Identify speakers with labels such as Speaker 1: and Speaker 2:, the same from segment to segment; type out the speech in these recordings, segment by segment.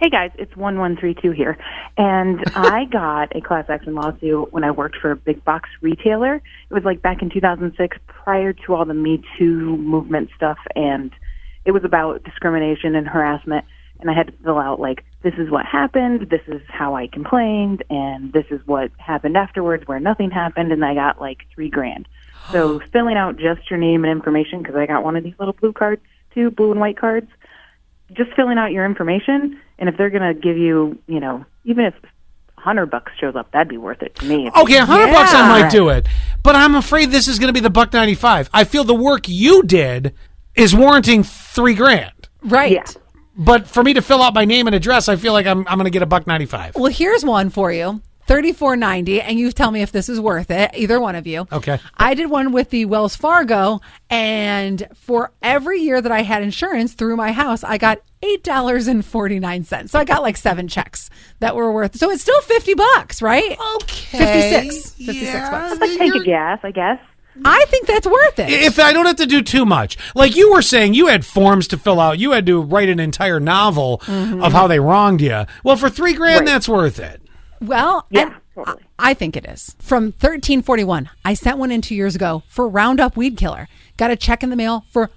Speaker 1: Hey guys, it's 1132 here. And I got a class action lawsuit when I worked for a big box retailer. It was like back in 2006 prior to all the Me Too movement stuff and it was about discrimination and harassment and I had to fill out like this is what happened, this is how I complained and this is what happened afterwards where nothing happened and I got like 3 grand. So filling out just your name and information because I got one of these little blue cards, two blue and white cards just filling out your information and if they're going to give you you know even if 100 bucks shows up that'd be worth it to me If
Speaker 2: Okay, a hundred bucks I
Speaker 1: Yeah.
Speaker 2: might do it, but I'm afraid this is going to be the buck ninety five. I feel the work you did is warranting three grand,
Speaker 3: Right.
Speaker 1: Yeah.
Speaker 2: but for me to fill out my name and address, I feel like I'm I'm going to get a buck ninety five.
Speaker 3: Well, here's one for you. Thirty-four ninety, and you tell me if this is worth it. Either one of you.
Speaker 2: Okay.
Speaker 3: I did one with the Wells Fargo, and for every year that I had insurance through my house, I got eight dollars and forty-nine cents. So I got like seven checks that were worth. So it's still fifty bucks, right?
Speaker 2: Okay,
Speaker 3: 56. 56 bucks.
Speaker 1: I take a gas I guess
Speaker 3: I think that's worth it.
Speaker 2: If I don't have to do too much, like you were saying, you had forms to fill out, you had to write an entire novel of how they wronged you. Well, for three grand, that's worth it.
Speaker 3: Well,
Speaker 1: Yeah,
Speaker 3: and
Speaker 1: totally.
Speaker 3: I I think it is. From 1341, I sent one in two years ago for Roundup Weed Killer. Got a check in the mail for $387.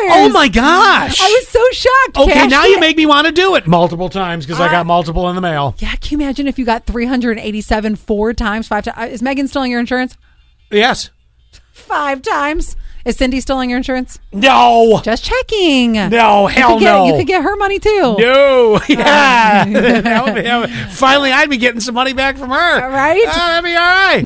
Speaker 2: Oh my gosh!
Speaker 3: I was so shocked.
Speaker 2: okay,
Speaker 3: Cashed
Speaker 2: now you
Speaker 3: it.
Speaker 2: make me want to do it multiple times because I got multiple in the mail.
Speaker 3: Yeah, can you imagine if you got 387 four times, five times? Is Megan stealing your insurance?
Speaker 2: Yes.
Speaker 3: Five times. Is Cindy stealing your insurance?
Speaker 2: No.
Speaker 3: Just checking.
Speaker 2: No,
Speaker 3: you
Speaker 2: hell
Speaker 3: could get,
Speaker 2: no.
Speaker 3: You could get her money too.
Speaker 2: No, yeah. That would be- that would- Finally, I'd be getting some money back from her.
Speaker 3: All right.
Speaker 2: Ah, that'd be all right.